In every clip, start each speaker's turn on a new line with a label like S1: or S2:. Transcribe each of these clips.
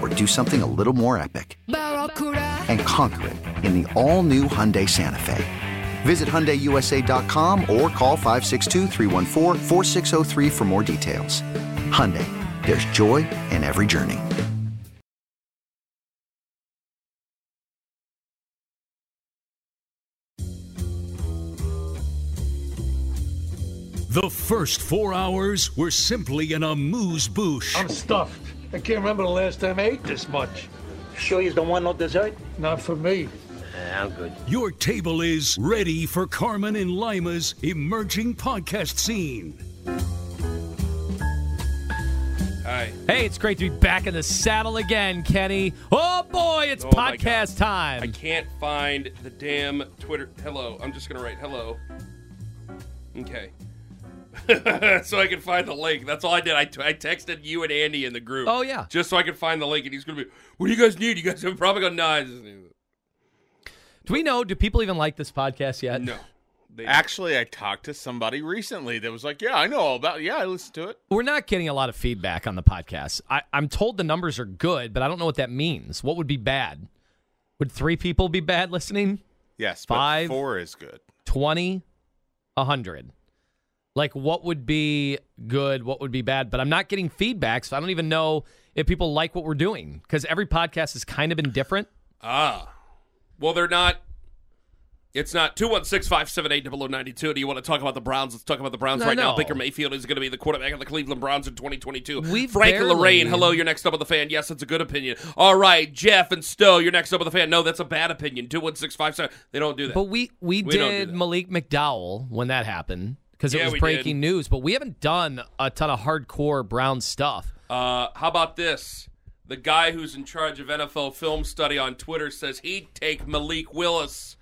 S1: or do something a little more epic? and conquer it in the all-new Hyundai Santa Fe. Visit HyundaiUSA.com or call 562-314-4603 for more details. Hyundai, there's joy in every journey.
S2: The first four hours were simply in a moose boosh.
S3: I'm stuffed. I can't remember the last time I ate this much.
S4: Sure you don't want no dessert?
S3: Not for me.
S4: I'm good.
S2: Your table is ready for Carmen and Lima's emerging podcast scene.
S5: Hey, it's great to be back in the saddle again, Kenny. Oh boy, it's
S6: Oh, my
S5: podcast
S6: God.
S5: time.
S6: I can't find the damn Twitter. Hello. I'm just gonna write hello. Okay. so I can find the link. That's all I did. I, t- I texted you and Andy in the group.
S5: Oh, yeah.
S6: Just so I could find the link, and he's gonna be. What do you guys need? You guys have probably gone nine.
S5: Do we know? Do people even like this podcast yet?
S6: No. They,
S7: Actually, I talked to somebody recently that was like, "Yeah, I know all about. Yeah, I listened to it."
S5: We're not getting a lot of feedback on the podcast. I, I'm told the numbers are good, but I don't know what that means. What would be bad? Would three people be bad listening?
S7: Yes, but
S5: Five.
S7: four is good.
S5: 20, 100. Like, what would be good? What would be bad? But I'm not getting feedback, so I don't even know if people like what we're doing because every podcast has kind of been different.
S6: ah. Well, they're not. It's not two one six five seven eight double ninety two. Do you want to talk about the Browns? Let's talk about the Browns
S5: No,
S6: right
S5: no.
S6: now. Baker Mayfield is going to be the quarterback of the Cleveland Browns in twenty twenty two.
S5: We've
S6: Frank and Lorraine,
S5: barely-
S6: hello. You're next up on the fan. Yes, it's a good opinion. All right, Jeff and Stowe, you're next up on the fan. No, that's a bad opinion. Two one six five seven. They don't do that.
S5: But we we,
S6: We don't do
S5: did
S6: that.
S5: Malik McDowell when that happened because it
S6: Yeah,
S5: was
S6: we
S5: breaking
S6: did.
S5: news. But we haven't done a ton of hardcore Brown stuff.
S6: Uh, how about this? The guy who's in charge of NFL film study on Twitter says he'd take Malik Willis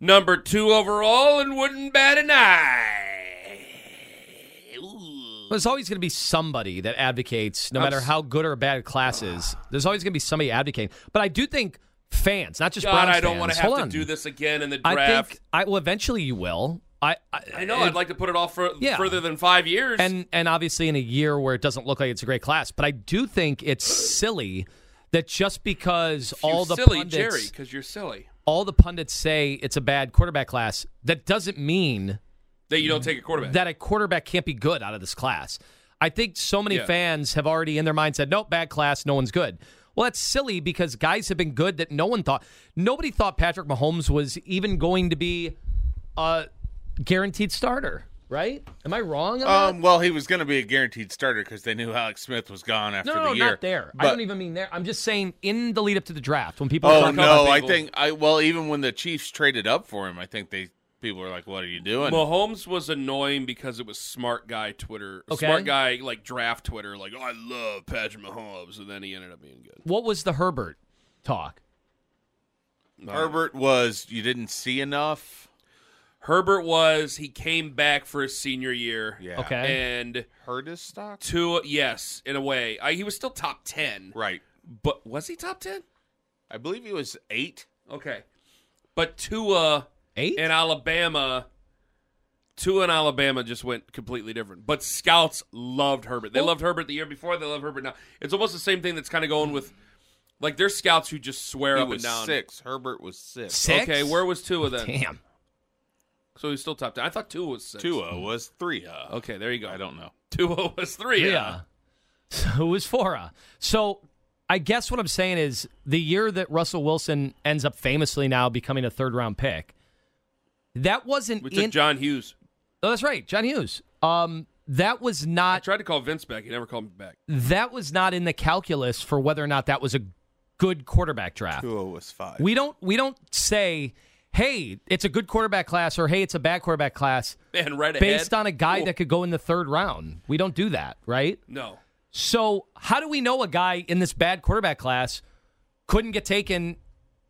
S6: number two overall and wouldn't bat an eye. Ooh.
S5: There's always going to be somebody that advocates, no
S6: I'm
S5: matter
S6: s-
S5: how good or bad a class is. There's always going to be somebody advocating. But I do think fans, not just
S6: God,
S5: Browns
S6: I don't want
S5: fans-
S6: to have
S5: hold
S6: to
S5: on.
S6: do this again in the
S5: I
S6: draft.
S5: think I well, eventually you will. I I,
S6: I know.
S5: it-
S6: I'd like to put it off for
S5: Yeah.
S6: further than five years.
S5: and and obviously in a year where it doesn't look like it's a great class, but I do think it's silly that just because
S6: you
S5: all the
S6: silly
S5: pundits,
S6: Jerry, because you're silly
S5: all the pundits say it's a bad quarterback class, that doesn't mean
S6: that you don't take a quarterback.
S5: Mm-hmm. that a quarterback can't be good out of this class. I think so many
S6: Yeah.
S5: fans have already in their mind said, nope, bad class, no one's good. Well, that's silly because guys have been good that no one thought. Nobody thought Patrick Mahomes was even going to be a guaranteed starter, right? Am I wrong? On that?
S7: Um, well, he was going to be a guaranteed starter because they knew Alex Smith was gone after
S5: no, no,
S7: the year.
S5: not there.
S7: But-
S5: I don't even mean there. I'm just saying in the lead up to the draft when people
S7: Oh
S5: are
S7: no, I
S6: people.
S7: think I well even when the Chiefs traded up for him, I think they people were like, "What are you doing?"
S6: Mahomes was annoying because it was smart guy Twitter,
S5: Okay.
S6: smart guy like draft Twitter, like oh, I love Patrick Mahomes, and then he ended up being good.
S5: what was the Herbert talk?
S7: Herbert was you didn't see enough.
S6: Herbert was he came back for his senior year.
S7: Yeah.
S5: Okay.
S6: And
S7: Hurt his stock.
S6: two yes, in a way. I, he was still top 10.
S7: Right.
S6: But was he top 10?
S7: I believe he was eight.
S6: Okay. But Tua
S5: Eight?
S6: in Alabama Tua and Alabama just went completely different. But scouts loved Herbert.
S5: Oh.
S6: They loved Herbert the year before. They love Herbert now. It's almost the same thing that's kind of going with, like, there's scouts who just swear
S7: He
S6: up
S7: was
S6: and down.
S7: six. Herbert was six.
S5: Six?
S6: Okay, where was Tua then?
S5: Damn.
S6: So he's still top ten. I thought Tua was six.
S7: Tua was three. Uh,
S6: Okay, there you go.
S7: I don't know.
S6: Tua was three.
S5: Yeah. So Who was Fora? So I guess what I'm saying is the year that Russell Wilson ends up famously now becoming a third round pick, that wasn't
S6: We took
S5: in.
S6: John Hughes.
S5: oh, that's right, John Hughes. Um, that was
S6: I
S5: not
S6: tried to call Vince back. He never called me back.
S5: that was not in the calculus for whether or not that was a good quarterback draft.
S7: Tua was five.
S5: We don't we don't say, hey, it's a good quarterback class or hey, it's a bad quarterback class
S6: Man, right ahead.
S5: based on a guy
S6: Cool.
S5: that could go in the third round. We don't do that, right?
S6: No.
S5: So, how do we know a guy in this bad quarterback class couldn't get taken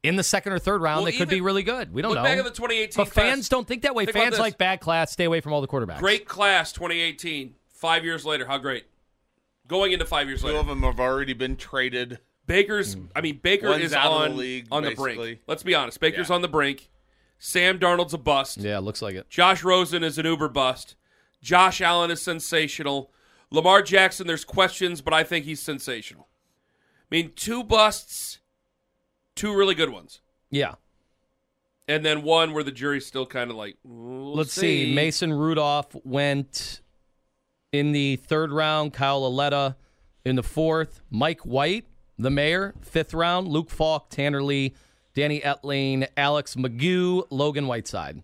S5: in the second or third round
S6: Well,
S5: that could
S6: even-
S5: be really good? We don't
S6: look
S5: know.
S6: back at the 2018
S5: But
S6: class.
S5: fans don't think that way.
S6: Think about
S5: fans
S6: this.
S5: like bad class. Stay away from all the quarterbacks.
S6: Great class 2018. Five years later, how great? Going into five years
S7: Two
S6: later.
S7: of them have already been traded.
S6: Baker's. I mean, Baker
S7: One's
S6: is
S7: out of
S6: on
S7: the league,
S6: on the brink.
S7: basically.
S6: Let's be honest. Baker's
S7: Yeah.
S6: on the brink. Sam Darnold's a bust.
S5: Yeah, looks like it.
S6: Josh Rosen is an uber bust. Josh Allen is sensational. Lamar Jackson, there's questions, but I think he's sensational. I mean, two busts, two really good ones,
S5: Yeah.
S6: and then one where the jury's still kind of like, "We'll
S5: Let's see. Mason Rudolph went in the third round. Kyle Aletta in the fourth. Mike White, the mayor, fifth round. Luke Falk, Tanner Lee, Danny Etling, Alex Magoo, Logan Whiteside.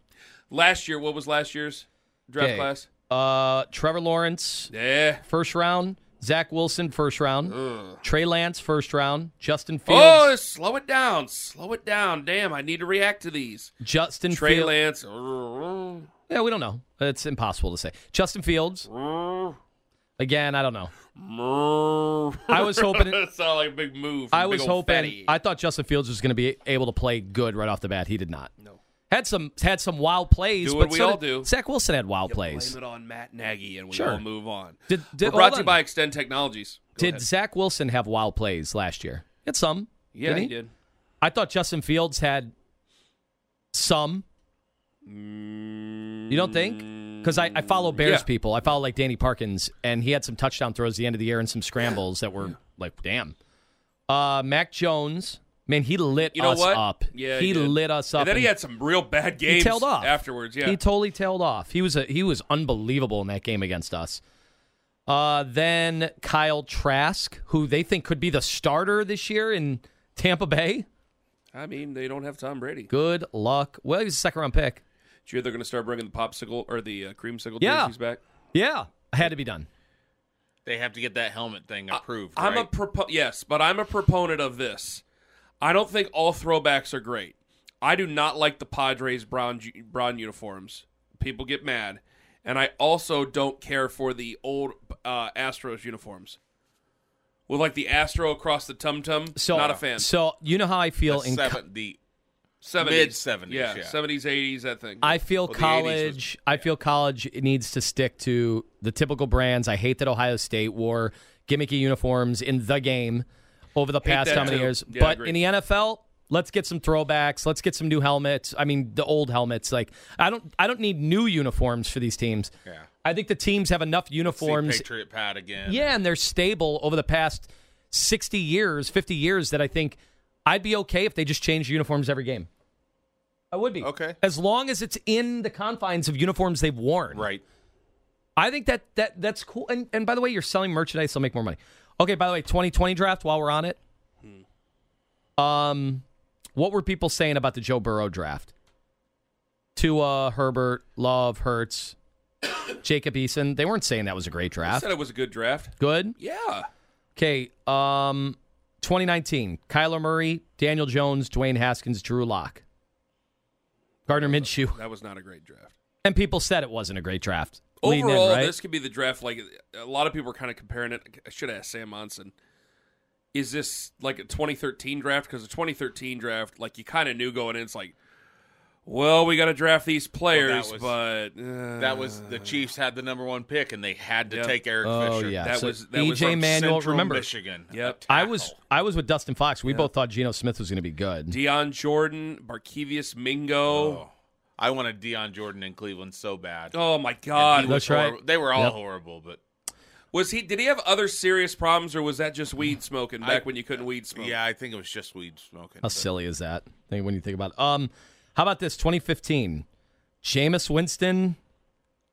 S6: Last year, what was last year's draft
S5: Okay.
S6: class?
S5: Uh, Trevor Lawrence,
S6: Yeah.
S5: first round. Zach Wilson, first round. Trey Lance, first round. Justin Fields.
S6: Oh, slow it down. Slow it down. Damn, I need to react to these.
S5: Justin
S6: Trey
S5: Mm, Fields.
S6: Lance.
S5: Yeah, we don't know. It's impossible to say. Justin Fields. Again, I don't know. I was hoping.
S6: That sounded like a big move. from
S5: I
S6: big
S5: was
S6: old
S5: hoping.
S6: fatty.
S5: I thought Justin Fields was going to be able to play good right off the bat. He did not. No. Had some had some wild plays.
S6: Do
S5: but
S6: what we
S5: so
S6: all
S5: did-
S6: do.
S5: Zach Wilson had wild plays.
S6: Blame it on Matt Nagy, and we
S5: Sure.
S6: all move on.
S5: Did- did-
S6: We're brought
S5: hold
S6: to you
S5: on.
S6: by Extend Technologies. Go
S5: Did
S6: ahead.
S5: Zach Wilson have wild plays last year? He had some.
S6: yeah,
S5: didn't
S6: he
S5: he?
S6: did.
S5: I thought Justin Fields had some. You don't think? Because I, I follow Bears
S6: Yeah.
S5: people. I follow like Danny Parkins, and he had some touchdown throws at the end of the year and some scrambles that were like, damn. Uh, Mac Jones, man, he lit
S6: You know
S5: us
S6: what?
S5: up.
S6: Yeah,
S5: he,
S6: did.
S5: lit us up.
S6: And then he
S5: and
S6: had some real bad
S5: he
S6: games
S5: tailed off
S6: afterwards. Yeah,
S5: he totally tailed off. He was a, he was unbelievable in that game against us. Uh, then Kyle Trask, who they think could be the starter this year in Tampa Bay.
S6: I mean, they don't have Tom Brady.
S5: Good luck. Well, he was a second round pick.
S6: Did you hear they're going to start bringing the popsicle or the uh, creamsicle
S5: Yeah.
S6: jerseys back?
S5: Yeah. Had to be done.
S7: They have to get that helmet thing approved.
S6: I'm a
S7: right?
S6: propo- yes, but I'm a proponent of this. I don't think all throwbacks are great. I do not like the Padres brown ju- brown uniforms. People get mad, and I also don't care for the old uh, Astros uniforms with like the Astro across the tum tum.
S5: So
S6: not a fan.
S5: So you know how I feel
S7: The
S5: in co-
S7: seven- the
S6: 70s.
S7: mid-seventies, yeah.
S6: seventies, eighties. That thing.
S5: I feel
S7: Well, the 80s was-
S5: college. I feel college needs to stick to the typical brands. I hate that Ohio State wore gimmicky uniforms in the game over the past
S6: that
S5: how many
S6: too.
S5: years.
S6: Yeah, I
S5: but
S6: agree.
S5: in the NFL, let's get some throwbacks. Let's get some new helmets. I mean, the old helmets. Like I don't. I don't need new uniforms for these teams.
S7: Yeah.
S5: I think the teams have enough
S7: see
S5: uniforms
S7: Patriot pad again.
S5: Yeah, and they're stable over the past 60 years, 50 years that I think I'd be okay if they just changed uniforms every game. I would be.
S7: Okay.
S5: As long as it's in the confines of uniforms they've worn.
S7: Right.
S5: I think that that that's cool. And and by the way, you're selling merchandise, they'll make more money. Okay, by the way, 2020 draft while we're on it. Um what were people saying about the Joe Burrow draft? Tua, Herbert, Love, Hertz, Jacob Eason. They weren't saying that was a great
S6: I
S5: draft.
S6: said it was a good draft.
S5: Good.
S6: Yeah,
S5: Okay, um, 2019, Kyler Murray, Daniel Jones, Dwayne Haskins, Drew Lock, Gardner Minshew,
S6: that was not a great draft.
S5: and people said it wasn't a great draft. leading
S6: Overall,
S5: in, right?
S6: this could be the draft. Like a lot of people are kind of comparing it. I should ask Sam Monson. Is this like a 2013 draft? Because the 2013 draft, like you kind of knew going in, it's like, well, we got to draft these players,
S7: was-
S6: but uh,
S7: That was the Chiefs had the number one pick, and they had to
S6: Yeah.
S7: take Eric
S5: Oh,
S7: Fisher.
S5: yeah.
S6: that
S5: so
S6: was- that was
S5: EJ
S6: from
S5: Manuel.
S7: Central
S5: Remember,
S7: Michigan.
S6: Yep.
S7: A
S5: I was
S7: tackle.
S5: I was with Dustin Fox. We both thought Geno Smith was going to be good.
S6: Deion Jordan, Barkevius Mingo,
S7: I wanted Deion Jordan in Cleveland so bad.
S6: Oh my
S7: He
S6: God!
S7: was
S5: That's right.
S7: horrible. They were all
S5: Yep.
S7: horrible, but
S6: Was he? Did he have other serious problems, or was that just weed smoking back
S7: I-
S6: when you couldn't weed smoke?
S7: yeah, I think it was just weed smoking.
S5: How
S7: but-
S5: silly is that? Think- When you think about it. Um, how about this? 2015, Jameis Winston,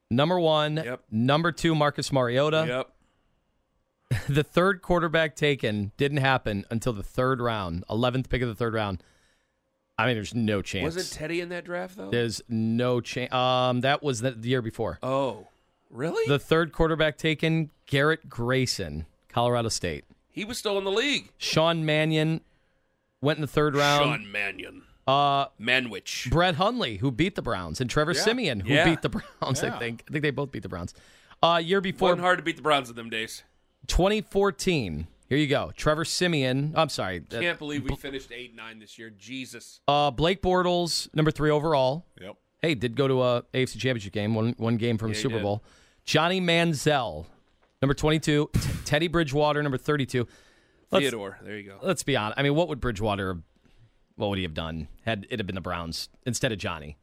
S5: number one.
S6: Yep.
S5: Number two, Marcus Mariota.
S6: Yep.
S5: The third quarterback taken didn't happen until the third round, 11th pick of the third round. I mean, there's no chance.
S6: Wasn't Teddy in that draft though?
S5: There's no chance. Um, that was the, the year before.
S6: Oh, really?
S5: The third quarterback taken, Garrett Grayson, Colorado State.
S6: he was still in the league.
S5: Sean Mannion went in the third round.
S6: Sean Mannion.
S5: Uh,
S6: Manwich.
S5: Brett Hundley, who beat the Browns, and Trevor Simeon, who
S6: Yeah.
S5: beat the Browns. I think. I think they both beat the Browns. Uh, year before,
S6: Wasn't hard to beat the Browns in them days.
S5: 2014. Here you go. Trevor Simeon. I'm sorry. uh,
S6: Can't believe we finished eight nine this year. Jesus.
S5: Uh, Blake Bortles, number three overall.
S7: Yep.
S5: Hey, did go to a AFC Championship game, one one game from a Super
S6: did.
S5: Bowl. Johnny Manziel, number 22. T- Teddy Bridgewater, number 32. Let's-
S6: Theodore. There you go.
S5: let's be honest. I mean, what would Bridgewater, what would he have done had it have been the Browns instead of Johnny?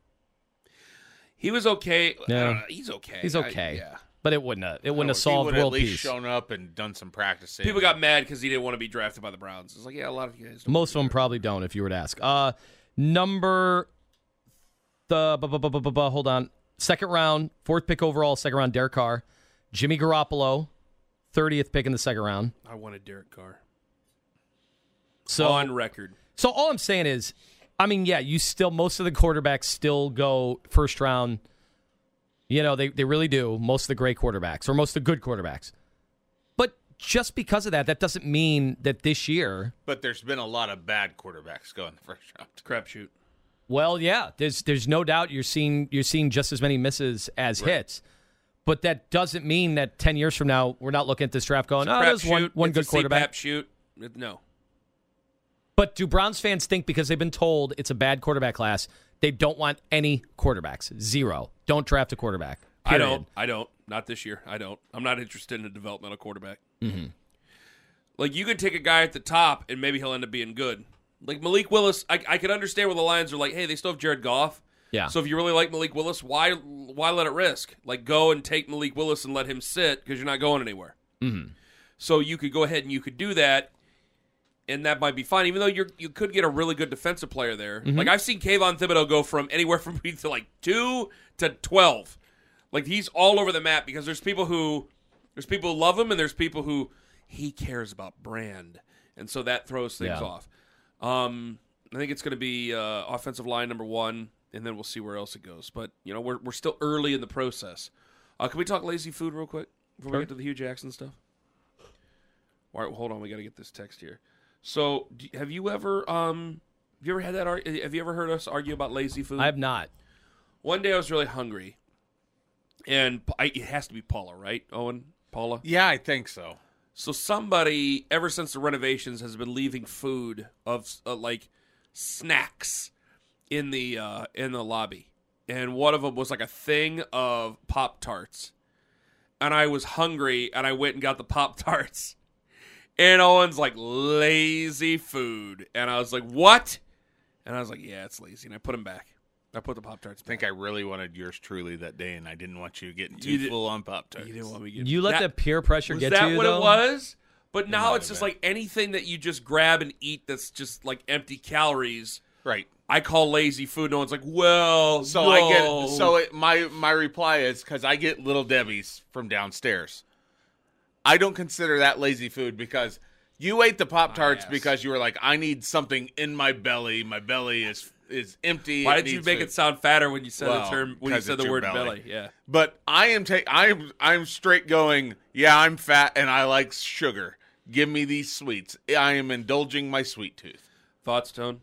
S6: He was okay. I
S5: Yeah.
S6: don't know. He's okay.
S5: He's
S6: I-
S5: okay,
S6: yeah.
S5: but it wouldn't have. It wouldn't have
S7: He
S5: solved
S7: would've at
S5: world
S7: least
S5: peace.
S7: shown up and done some practicing.
S6: People got mad because he didn't want to be drafted by the Browns. It's like, yeah, a lot of you guys. Don't
S5: Most of them probably don't, if you were to ask. Uh, number the bu- bu- bu- bu- bu- bu- hold on second round, fourth pick overall, second round. Derek Carr, Jimmy Garoppolo, thirtieth pick in the second round.
S6: I wanted Derek Carr
S5: So
S6: on record.
S5: So all I'm saying is, I mean, yeah, you still most of the quarterbacks still go first round. You know, they, they really do. Most of the great quarterbacks or most of the good quarterbacks. But just because of that, that doesn't mean that this year.
S7: but there's been a lot of bad quarterbacks going the first round.
S6: Crapshoot.
S5: Well, yeah, there's there's no doubt you're seeing you're seeing just as many misses as hits. But that doesn't mean that ten years from now we're not looking at this draft going, oh, there's one
S6: Crapshoot.
S5: one
S6: It's a
S5: good quarterback.
S6: CPAP shoot. It- No.
S5: But do Browns fans think because they've been told it's a bad quarterback class, they don't want any quarterbacks? Zero. Don't draft a quarterback.
S6: I
S5: Period.
S6: don't. I don't. Not this year. I don't. I'm not interested in a developmental quarterback.
S5: Mm-hmm.
S6: Like you could take a guy at the top and maybe he'll end up being good. Like Malik Willis, I, I could understand where the Lions are like, hey, they still have Jared Goff.
S5: Yeah.
S6: So if you really like Malik Willis, why why let it risk? Like go and take Malik Willis and let him sit because you're not going anywhere. Mm-hmm. So you could go ahead and you could do that, and that might be fine. Even though you are you could get a really good defensive player there. Like I've seen Kayvon Thibodeau go from anywhere from between to like two to twelve. Like he's all over the map because there's people who there's people who love him and there's people who he cares about brand, and so that throws things
S5: Yeah.
S6: off. Um, I think it's going to be uh, offensive line number one, and then we'll see where else it goes. But you know, we're we're still early in the process. Uh, can we talk lazy food real quick before we get to the Hugh Jackson stuff? All right, well, hold on. We got to get this text here. So, do, have you ever um, have you ever had that? Ar- eh, have you ever heard us argue about lazy food?
S5: I have not.
S6: One day I was really hungry, and Pa- I, it has to be Paula, right? Owen, Paula.
S7: Yeah, I think so.
S6: So somebody, ever since the renovations, has been leaving food of uh, like snacks in the uh, in the lobby, and one of them was like a thing of pop tarts, and I was hungry, and I went and got the pop tarts, and Owen's like lazy food, and I was like what, and I was like yeah, it's lazy, and I put them back. I put the pop
S7: I
S6: tarts back.
S7: think I really wanted yours truly that day, and I didn't want you getting
S6: You
S7: too
S6: did-
S7: full on Pop Tarts.
S6: You didn't want me to get-
S5: You let
S6: That-
S5: the peer pressure
S6: was
S5: get
S6: that
S5: to you.
S6: what
S5: though?
S6: it was? But now it's just like anything that you just grab and eat that's just like empty calories.
S7: Right.
S6: I call lazy food. No one's like, well,
S7: So I get so it, my my reply is because I get little Debbie's from downstairs. I don't consider that lazy food because you ate the Pop Tarts because you were like, I need something in my belly. My belly is is empty.
S6: Why did you make it
S7: sound?
S6: sound fatter when you said
S7: Well,
S6: the term when you
S7: 'cause
S6: said
S7: it's
S6: the
S7: your
S6: word belly?
S7: belly.
S6: Yeah,
S7: But I am take I'm I'm straight going. Yeah, I'm fat and I like sugar. Give me these sweets. I am indulging my sweet tooth.
S6: thoughts, tone.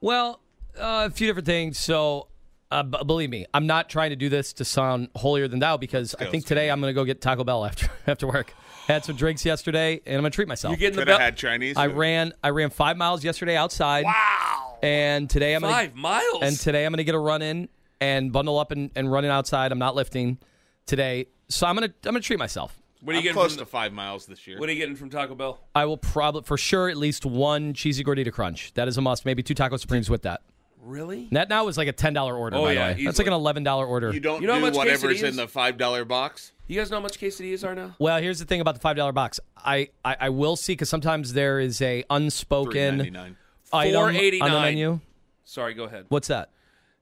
S5: Well, uh, a few different things. So, uh, b- believe me, I'm not trying to do this to sound holier than thou because I think today I'm going to go get Taco Bell after after work. Had some drinks yesterday, and I'm going to treat myself.
S6: You get in the
S7: Could have
S6: belly.
S7: had Chinese.
S5: I
S7: food.
S5: ran I ran five miles yesterday outside.
S6: wow,
S5: And today I'm going
S6: five miles.
S5: And today I'm going to get a run in and bundle up and, and run in outside. I'm not lifting today, so I'm gonna I'm gonna treat myself.
S6: what are you
S7: I'm
S6: getting?
S7: close
S6: From
S7: to five miles this year.
S6: the, what are you getting from Taco Bell?
S5: I will probably for sure at least one cheesy gordita crunch. That is a must. Maybe two taco supremes with that.
S6: Really?
S5: That now is like a ten dollar order.
S6: Oh,
S5: by
S6: yeah,
S5: the way. that's like
S6: easily.
S5: an eleven dollar order.
S7: You don't
S6: You know how
S7: do
S6: much
S7: whatever's
S6: quesadillas?
S7: in the five dollar box.
S6: You guys know how much quesadillas are now?
S5: Well, here's the thing about the five dollar box. I, I I will see because sometimes there is a
S7: Three ninety
S5: unspoken
S7: nine.
S5: item on the
S6: $4.89.
S5: menu.
S6: Sorry, go ahead.
S5: What's that?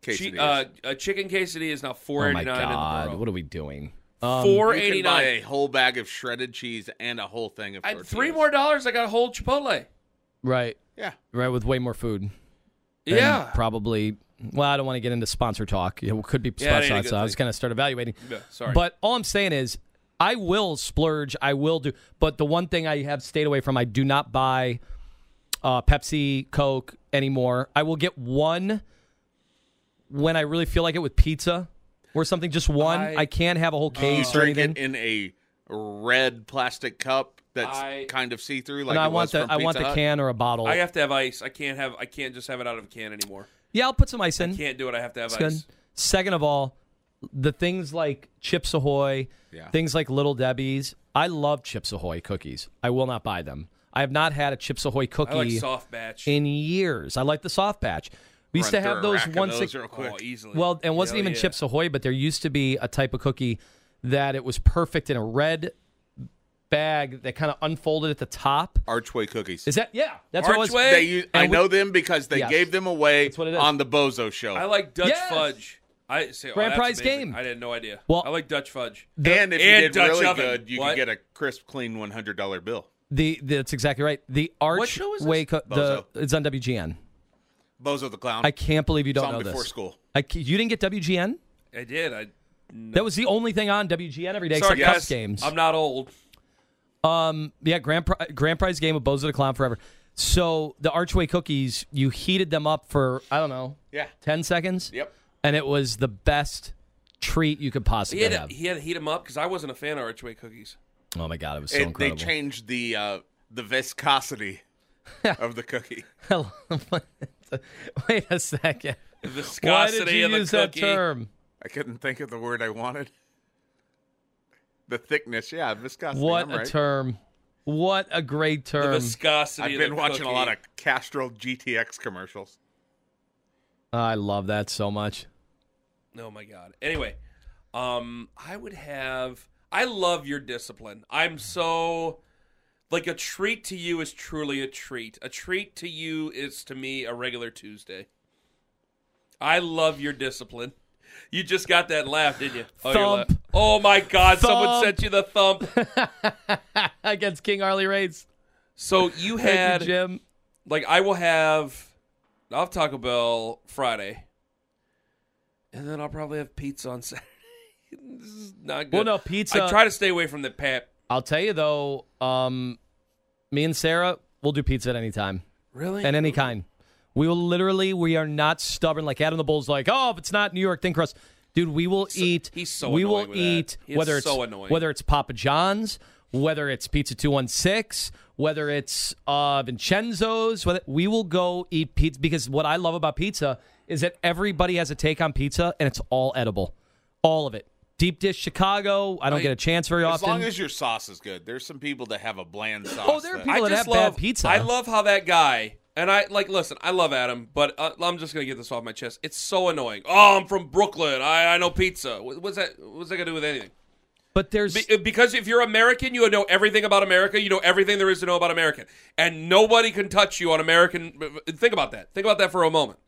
S6: Che- uh, a chicken quesadilla is now four
S5: Oh
S6: eighty
S5: my
S6: nine in
S5: god!
S6: the borough.
S5: What Um, are we doing?
S6: Four
S7: you
S6: eighty
S7: can buy a
S6: nine.
S7: whole bag of shredded cheese and a whole thing of tortillas.
S6: Three more dollars, I got a whole Chipotle.
S5: Right,
S7: Yeah,
S5: right, with way more food. than
S6: Yeah.
S5: probably. Well, I don't want to get into sponsor talk. It could be
S6: Yeah, that ain't
S5: sponsor
S6: a
S5: talk,
S6: good
S5: so I was
S6: thing.
S5: going to start evaluating.
S6: Yeah, sorry.
S5: But all I'm saying is, I will splurge. I will do. But the one thing I have stayed away from, I do not buy uh, Pepsi, Coke anymore. I will get one when I really feel like it with pizza or something. Just one. I,
S6: I- Oh.
S5: can't have a whole case or
S7: drink
S5: anything.
S7: it in a red plastic cup that's
S6: I-
S7: kind of see through. Like
S5: and I
S7: it
S5: want
S7: was
S5: the
S7: from
S5: I want
S7: Pizza
S5: the
S7: Hut.
S5: can or a bottle.
S6: I have to have ice. I can't have. I can't just have it out of a can anymore.
S5: yeah, I'll put some ice in.
S6: Can't do it. I have to have
S5: It's
S6: ice.
S5: good. Second of all, the things like Chips Ahoy,
S7: Yeah.
S5: things like Little Debbie's. I love Chips Ahoy cookies. I will not buy them. I have not had a Chips Ahoy cookie
S6: I like soft batch.
S5: in years. I like the soft batch. We used
S7: Run
S5: to have
S7: through a
S5: those
S7: rack of
S5: once.
S7: those
S5: a-
S7: real quick.
S6: oh, easily.
S5: well, and it wasn't
S6: Hell
S5: even
S6: yeah.
S5: Chips Ahoy, but there used to be a type of cookie that it was perfect in a red bag that kind of unfolded at the top.
S7: Archway cookies.
S5: Is that yeah? That's what it was.
S6: Archway?
S7: they use, I
S5: And we-
S7: know them because they
S5: Yes.
S7: gave them away
S5: That's what it is.
S7: on the Bozo show.
S6: I like Dutch
S5: Yes!
S6: fudge. I say oh,
S5: Grand
S6: that's
S5: prize
S6: amazing.
S5: game.
S6: I had no idea.
S5: Well-
S6: I like Dutch fudge.
S7: and if
S6: and
S7: you did
S6: Dutch
S7: really
S6: oven.
S7: good, you
S6: What?
S7: could get a crisp, clean one hundred dollar bill.
S5: The, that's exactly right. The
S6: show is
S5: Archway.
S6: this?
S5: Co-
S7: Bozo.
S5: the, it's on WGN.
S7: Bozo the clown.
S5: I can't believe you
S7: It's
S5: don't
S7: on
S5: know
S7: before
S5: this.
S7: school.
S5: I ca- you didn't get WGN?
S6: I did. I
S5: That was the only thing on WGN every day
S6: sorry,
S5: except
S6: guys.
S5: Cubs games.
S6: I'm not old.
S5: yeah, grand pri- grand prize game of Bozo the Clown forever. So the Archway cookies, you heated them up for I don't know,
S7: Yeah.
S5: ten seconds.
S7: Yep.
S5: and it was the best treat you could
S6: He
S5: possibly
S6: had, to,
S5: have.
S6: he had to heat him up because I wasn't a fan of Archway cookies.
S5: oh my god, it was so
S7: It- they
S5: incredible.
S7: changed the uh, the viscosity of the cookie.
S5: Wait a second.
S6: The
S5: Why did
S6: viscosity
S5: you
S6: of the
S5: use that
S6: cookie.
S5: term?
S7: I couldn't think of the word I wanted. The thickness, yeah, viscosity.
S5: What
S7: I'm
S5: a
S7: right.
S5: term! What a great
S6: The
S5: term!
S6: viscosity.
S7: I've
S6: of
S7: been
S6: the
S7: watching a lot of
S6: cookie.
S7: Castrol GTX commercials.
S5: I love that so much.
S6: Oh my god. Anyway, um, I would have. I love your discipline. I'm so like a treat to you is truly a treat. A treat to you is to me a regular Tuesday. I love your discipline. You just got that laugh, didn't you? Oh, your laugh.
S5: Thump.
S6: oh my God! Someone
S5: Thump.
S6: sent you the thump.
S5: Against King Harley Race.
S6: So you
S5: Thank
S6: had
S5: you, Jim.
S6: like I will have I'll have Taco Bell Friday. And then I'll probably have pizza on Saturday. this is not good.
S5: Well, no, pizza-
S6: I try to stay away from the pap.
S5: I'll tell you though, um, me and Sarah will do pizza at any time
S6: Really?
S5: and any kind. We will literally, we are not stubborn. Like Adam the Bull's like, oh, if it's not New York thin crust, dude, we will eat.
S6: he's so
S5: we
S6: annoying
S5: will
S6: with that.
S5: eat
S6: He is
S5: whether it's
S6: so annoying.
S5: whether it's Papa John's, whether it's Pizza Two One Six, whether it's uh, Vincenzo's. Whether, we will go eat pizza because what I love about pizza is that everybody has a take on pizza and it's all edible, all of it. Deep dish Chicago. I don't get a chance very
S7: As
S5: often.
S7: long as your sauce is good, there's some people that have a bland sauce.
S5: Oh, there are
S7: that-
S5: people-
S6: I
S5: that
S6: just
S5: have bad
S6: love
S5: pizza.
S6: I love how that guy and I like listen. I love Adam, but uh, I'm just gonna get this off my chest. It's so annoying. Oh, I'm from Brooklyn. I, I know pizza. What- What's that? What's that gonna do with anything?
S5: but there's
S6: Be- uh, because if you're American, you know everything about America. You know everything there is to know about American, and nobody can touch you on American. uh, Think about that. Think about that for a moment.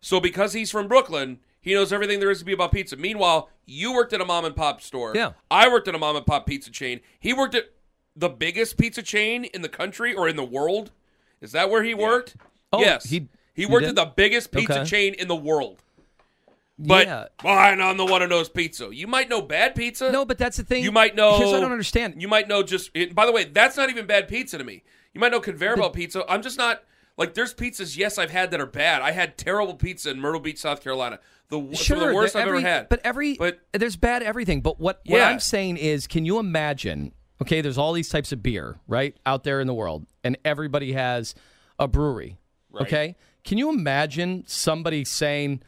S6: So because he's from Brooklyn, he knows everything there is to be about pizza. Meanwhile, you worked at a mom and pop store.
S5: Yeah.
S6: I worked at a mom and pop pizza chain. He worked at the biggest pizza chain in the country or in the world. Is that where he worked?
S5: Oh,
S6: yes.
S5: he-
S6: he
S5: you
S6: worked
S5: did?
S6: at the biggest pizza
S5: Okay.
S6: chain in the world. But
S5: Yeah.
S6: well, I know I'm the one who knows pizza. You might know bad pizza.
S5: No, but that's the thing.
S6: You might know.
S5: Here's what I don't understand.
S6: You might know just. It, by the way, that's not even bad pizza to me. You might know conveyor belt pizza. I'm just not like. There's pizzas. Yes, I've had that are bad. I had terrible pizza in Myrtle Beach, South Carolina. The w- some of the worst
S5: the-
S6: I've
S5: every-
S6: ever had.
S5: But every
S6: But
S5: there's bad everything. But what what
S6: Yeah.
S5: I'm saying is, can you imagine? Okay, there's all these types of beer right out there in the world, and everybody has a brewery. Okay, can you imagine somebody saying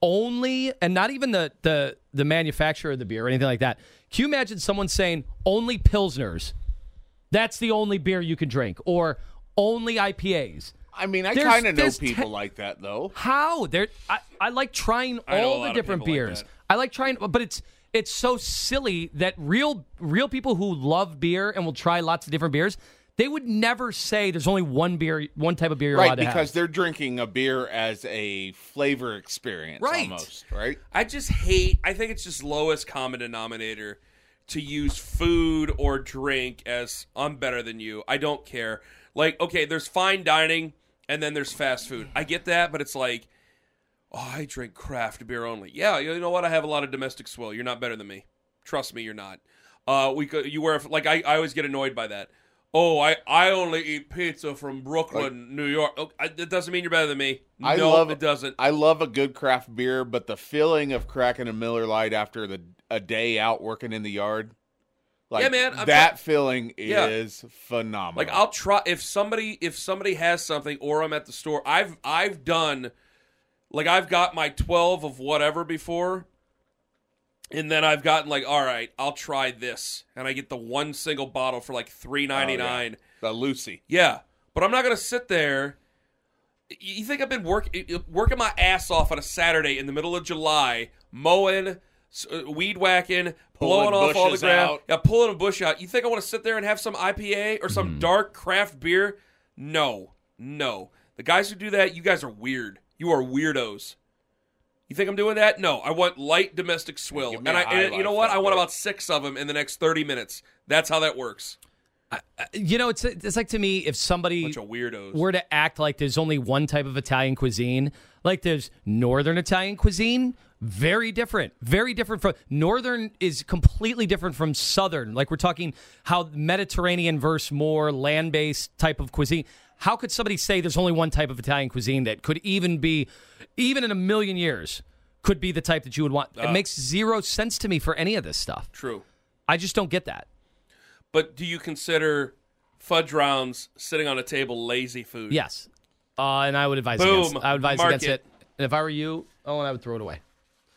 S5: only, and not even the the the manufacturer of the beer or anything like that? Can you imagine someone saying only pilsners? That's the only beer you can drink, or only IPAs.
S7: I mean, I
S5: There's-
S7: kind of know
S5: there's
S7: people
S5: te-
S7: like that though.
S5: How there? I, I like trying
S6: I know a
S5: all
S6: lot
S5: the
S6: of
S5: different
S6: people like
S5: beers.
S6: that.
S5: I like trying, but it's it's so silly that real real people who love beer and will try lots of different beers, they would never say there's only one beer, one type of beer you're allowed
S7: Right,
S5: to have.
S7: because they're drinking a beer as a flavor experience
S5: Right.
S7: almost, right?
S6: I just hate. I think it's just lowest common denominator to use food or drink as I'm better than you. I don't care. Like, okay, there's fine dining and then there's fast food. I get that, but it's like, oh, I drink craft beer only. Yeah, you know what? I have a lot of domestic swill. You're not better than me. Trust me, you're not. Uh, we could you wear like I, I always get annoyed by that. Oh, I, I only eat pizza from Brooklyn, New York. Oh, I, that doesn't mean you're better than me.
S7: I
S6: no,
S7: love
S6: it doesn't.
S7: I love a good craft beer, but the feeling of cracking a Miller Lite after the a day out working in the yard, like
S6: Yeah, man, I'm
S7: that
S6: try-
S7: feeling
S6: Yeah.
S7: is phenomenal.
S6: Like I'll try if somebody if somebody has something or I'm at the store. I've I've done like I've got my 12 of whatever before and then I've gotten like all right, I'll try this and I get the one single bottle for like 3.99.
S7: the Lucy.
S6: Yeah, but I'm not gonna sit there. y- You think I've been work, working my ass off on a Saturday in the middle of July, mowing, s- uh, weed whacking,
S7: Pulling
S6: blowing off all the
S7: bushes
S6: ground,
S7: out.
S6: Yeah, pulling a bush out. You think I want to sit there and have some IPA or
S7: Mm-hmm.
S6: some dark craft beer? No, no. The guys who do that, you guys are weird. You are weirdos. You think I'm doing that? No, I want light domestic swill,
S7: Give
S6: and
S7: me
S6: I
S7: a High
S6: and you know
S7: Life
S6: what?
S7: that
S6: I want
S7: way.
S6: about six of them in the next thirty minutes. That's how that works.
S5: Uh, you know, it's it's like to me if somebody
S6: Bunch of weirdos.
S5: were to act like there's only one type of Italian cuisine, like there's northern Italian cuisine, very different, very different from northern is completely different from southern. Like we're talking how Mediterranean versus more land-based type of cuisine. How could somebody say there's only one type of Italian cuisine that could even be even in a million years could be the type that you would want?
S6: Uh,
S5: it makes zero sense to me for any of this stuff.
S6: True.
S5: I just don't get that.
S6: But do you consider fudge rounds sitting on a table lazy food?
S5: Yes. Uh, and I would advise
S6: Boom.
S5: against. I would advise
S6: Mark
S5: against
S6: it.
S5: it. And if I were you, oh, and I would throw it away.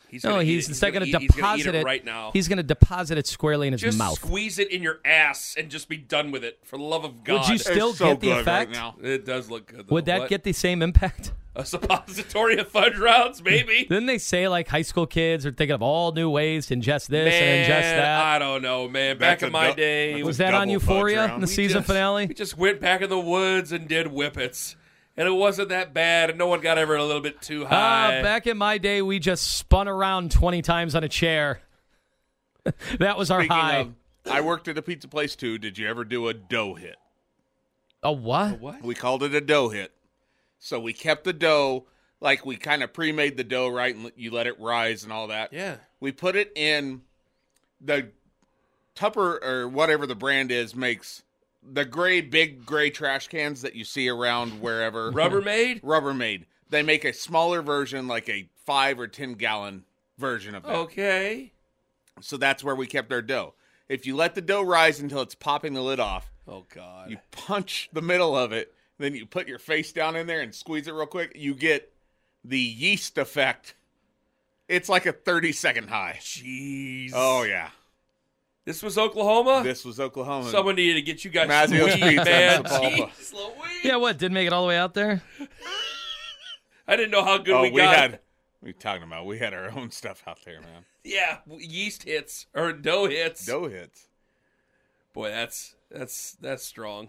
S6: He's
S5: No,
S6: gonna eat
S5: he's
S6: it.
S5: instead going
S6: gonna
S5: to
S6: eat- he's gonna
S5: deposit
S6: eat
S5: it
S6: right now.
S5: He's going to deposit it squarely in his
S6: just
S5: mouth.
S6: squeeze it in your ass and just be done with it. For the love of God,
S5: you Still
S7: it's so
S5: get the
S7: good right
S5: effect?
S7: now.
S6: it does look good. Though.
S5: would that
S6: What?
S5: get the same impact?
S6: a suppository of fudge rounds? Maybe.
S5: Didn't they say like high school kids are thinking of all new ways to ingest this and
S6: man,
S5: ingest that?
S6: I don't know, man.
S7: That's
S6: Back in
S7: a
S6: my
S7: du-
S6: day,
S7: that's
S5: Was
S7: a
S5: that on
S7: double fudge
S5: Euphoria in
S7: round.
S5: the
S7: We
S5: season
S6: just- we
S5: finale?
S6: just went back in the woods and did whippets, and it wasn't that bad. And no one got ever a little bit too
S5: Ah,
S6: high.
S5: back in my day, we just spun around twenty times on a chair. that was our
S7: Speaking
S5: high.
S7: of, I worked at a pizza place too. Did you ever do a dough hit?
S5: a what?
S7: We called it a dough hit. So we kept the dough, like we kind of pre-made the dough, right? And you let it rise and all that.
S6: Yeah.
S7: We put it in the Tupper or whatever the brand is makes the gray big gray trash cans that you see around wherever.
S6: Rubbermaid.
S7: Rubbermaid. They make a smaller version, like a five or ten gallon version of that.
S6: Oh,
S5: Oh.
S6: Okay.
S7: So that's where we kept our dough. If you let the dough rise until it's popping the lid off,
S6: Oh God.
S7: you punch the middle of it, then you put your face down in there and squeeze it real quick. You get the yeast effect. It's like a 30 second high.
S6: Jeez.
S7: Oh, yeah.
S6: This was Oklahoma?
S7: This was Oklahoma.
S6: Someone needed to get you guys some
S7: Mazio's
S6: weed,
S7: Pizza in
S6: man.
S7: Sepulpa.
S6: Jeez Louise.
S5: Yeah, what? Didn't make it all the way out there.
S6: I didn't know how good
S7: oh,
S6: we,
S7: we,
S6: got.
S7: had. We talking about we had our own stuff out there, man.
S6: Yeah, yeast hits or dough hits.
S7: Dough hits.
S6: Boy, that's that's that's strong.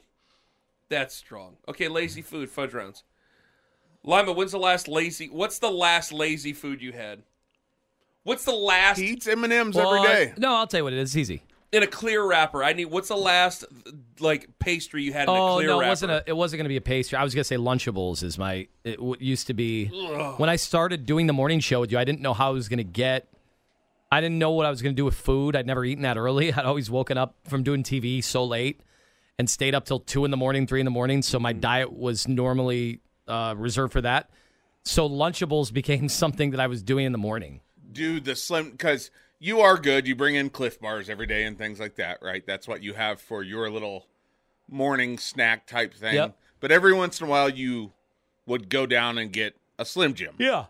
S6: That's strong. Okay, lazy food fudge rounds. Lima, when's the last lazy? What's the last lazy food you had? What's the last
S7: He eats M and M's
S5: Well,
S7: every day.
S5: No, I'll tell you what it is. It's easy.
S6: in a clear wrapper? I need. What's the last like pastry you had in a
S5: oh
S6: clear
S5: no,
S6: wrapper?
S5: it wasn't a. It wasn't going to be a pastry. I was going to say Lunchables is my. It w- used to be when I started doing the morning show with you. I didn't know how I was going to get. I didn't know what I was going to do with food. I'd never eaten that early. I'd always woken up from doing TV so late and stayed up till two in the morning, three in the morning. So my diet was normally uh, reserved for that. So Lunchables became something that I was doing in the morning.
S7: do the slim because you are good. You bring in Cliff Bars every day and things like that, right? That's what you have for your little morning snack type thing.
S5: Yep.
S7: But every once in a while, you would go down and get a Slim Jim
S5: Yeah,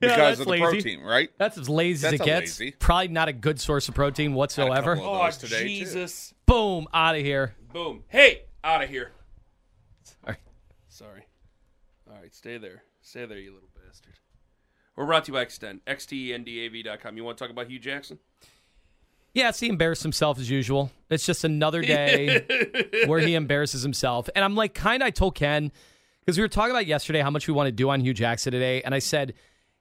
S7: because of the protein, right?
S5: That's as lazy as
S7: That's
S5: it
S7: a
S5: gets.
S7: lazy.
S5: Probably not a good source of protein
S7: Had a
S5: whatsoever.
S7: couple of
S6: Oh
S7: those today, too.
S6: Jesus!
S5: Boom, out of here.
S6: Boom! Hey, out of here.
S5: Sorry.
S6: Sorry. All right, stay there. Stay there, you little bastard. We're brought to you by Extend, xtendav.com. You want to talk about Hugh Jackson?
S5: Yes, he embarrassed himself as usual. It's just another day where he embarrasses himself. And I'm like, kind of, I told Ken, because we were talking about yesterday how much we want to do on Hugh Jackson today. And I said,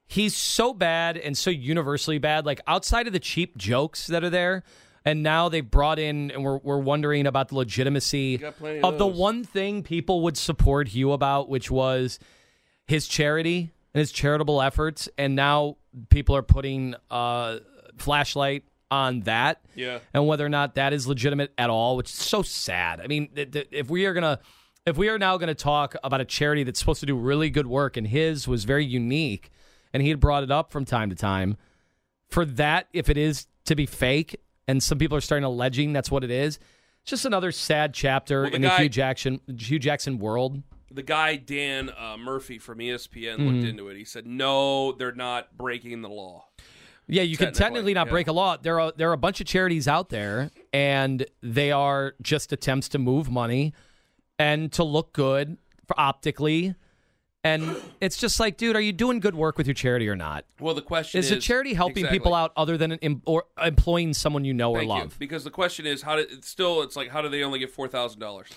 S5: he's so bad and so universally bad. Like, outside of the cheap jokes that are there, and now they've brought in, and we're, we're wondering about the legitimacy
S6: got plenty
S5: of,
S6: of
S5: the
S6: those.
S5: one thing people would support Hugh about, which was his charity and his charitable efforts. And now people are putting uh, flashlight on that
S6: Yeah.
S5: and whether or not that is legitimate at all, which is so sad. I mean, th- th- if we are gonna, if we are now gonna talk about a charity that's supposed to do really good work, and his was very unique, and he had brought it up from time to time, for that, if it is to be fake, and some people are starting alleging that's what it is, it's just another sad chapter
S6: Well, the
S5: in the
S6: guy-
S5: Hugh Jackson Hugh Jackson world.
S6: The guy, Dan uh, Murphy from ESPN,
S5: Mm-hmm.
S6: looked into it. He said, no, they're not breaking the law.
S5: Yeah, you can
S6: Technically,
S5: technically not
S6: yeah.
S5: break a law. There are there are a bunch of charities out there, and they are just attempts to move money and to look good for optically. And it's just like, dude, are you doing good work with your charity or not?
S6: Well, the question
S5: Is
S6: is
S5: the charity helping
S6: Exactly.
S5: people out other than em- or employing someone you know or
S6: Thank you.
S5: love?
S6: Because the question is, how did it's still? It's like, how do they only get four thousand dollars?